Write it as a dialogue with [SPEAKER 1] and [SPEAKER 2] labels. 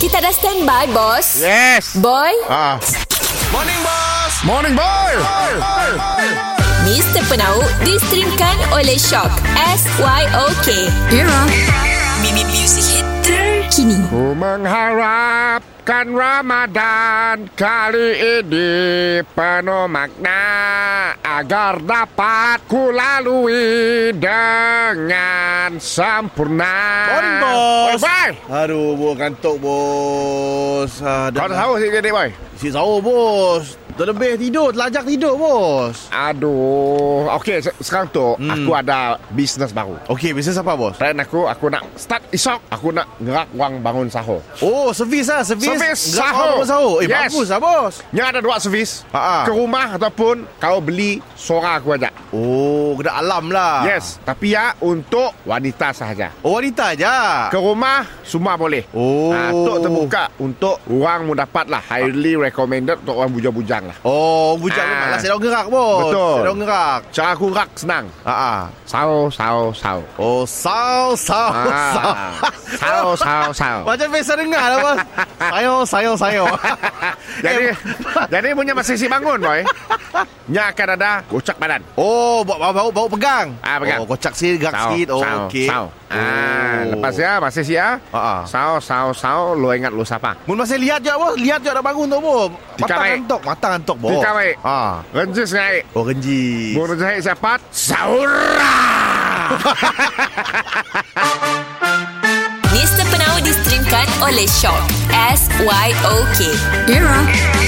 [SPEAKER 1] Kita dah standby, bos.
[SPEAKER 2] Ya. Yes.
[SPEAKER 1] Boy,
[SPEAKER 2] Ah.
[SPEAKER 3] Morning Boss
[SPEAKER 2] Morning boy.
[SPEAKER 1] Mr. Penau distrimkan oleh Shock. S-Y-O-K. Era. Mimi Music Hit terkini.
[SPEAKER 2] Ku mengharapkan Ramadan kali ini penuh makna agar dapat ku lalui dengan sempurna.
[SPEAKER 3] Ah. Morning Boss
[SPEAKER 2] Morning boy.
[SPEAKER 3] Aduh bos kantuk bos ah,
[SPEAKER 2] Kau dah tahu sih jadi boy.
[SPEAKER 3] Si sahur bos Terlebih tidur Terlajak tidur bos
[SPEAKER 2] Aduh. Okey, se- sekarang tu hmm. aku ada bisnes baru.
[SPEAKER 3] Okey bisnes apa bos?
[SPEAKER 2] Plan aku Aku nak start esok Aku nak gerak wang bangun sahur
[SPEAKER 3] Oh servis lah Servis
[SPEAKER 2] Servis
[SPEAKER 3] Gerak
[SPEAKER 2] sahur.
[SPEAKER 3] orang sahur Eh
[SPEAKER 2] Yes.
[SPEAKER 3] bagus lah bos
[SPEAKER 2] Ni ada dua servis
[SPEAKER 3] Ha, ha.
[SPEAKER 2] Ke rumah ataupun Kau beli Sora aku ajak
[SPEAKER 3] Oh kena alam lah
[SPEAKER 2] Yes Tapi ya Untuk wanita sahaja
[SPEAKER 3] Oh wanita aja.
[SPEAKER 2] Ke rumah Semua boleh
[SPEAKER 3] Oh.
[SPEAKER 2] Ah, Tok terbuka Untuk orang mu dapat lah Highly recommended Untuk orang bujang-bujang lah
[SPEAKER 3] Oh bujang
[SPEAKER 2] Ah.
[SPEAKER 3] memang lah Sedang gerak bos
[SPEAKER 2] Betul.
[SPEAKER 3] Sedang gerak
[SPEAKER 2] Cara aku rak senang
[SPEAKER 3] Ah, ah.
[SPEAKER 2] Sao Sao Sao
[SPEAKER 3] Oh saw saw saw
[SPEAKER 2] Ah. Sao Sao Sao
[SPEAKER 3] Macam biasa dengar lah bos Sayo sayo sayo
[SPEAKER 2] Jadi
[SPEAKER 3] Eh,
[SPEAKER 2] Jadi punya masih si bangun boy Nya akan ada Kocak badan
[SPEAKER 3] Oh, bau bau bau, bau pegang.
[SPEAKER 2] Ah, pegang.
[SPEAKER 3] Oh, kocak sikit, gerak
[SPEAKER 2] Sao,
[SPEAKER 3] sikit. Oh,
[SPEAKER 2] sao,
[SPEAKER 3] okey.
[SPEAKER 2] Sao. Ah,
[SPEAKER 3] Oh.
[SPEAKER 2] lepas ya, masih sia.
[SPEAKER 3] Ha, ha.
[SPEAKER 2] Sao, sao, sao, lo ingat lo siapa?
[SPEAKER 3] Mun masih lihat je bos, lihat je dah bangun tu bos.
[SPEAKER 2] Tika
[SPEAKER 3] Mata
[SPEAKER 2] baik.
[SPEAKER 3] antok, mata antok bos.
[SPEAKER 2] Tika baik.
[SPEAKER 3] Ah.
[SPEAKER 2] Renjis ngai.
[SPEAKER 3] Oh, genji.
[SPEAKER 2] Bung renjis ngai siapa? Saura.
[SPEAKER 1] Mr. Penau distrimkan oleh Shock. S-Y-O-K. Era.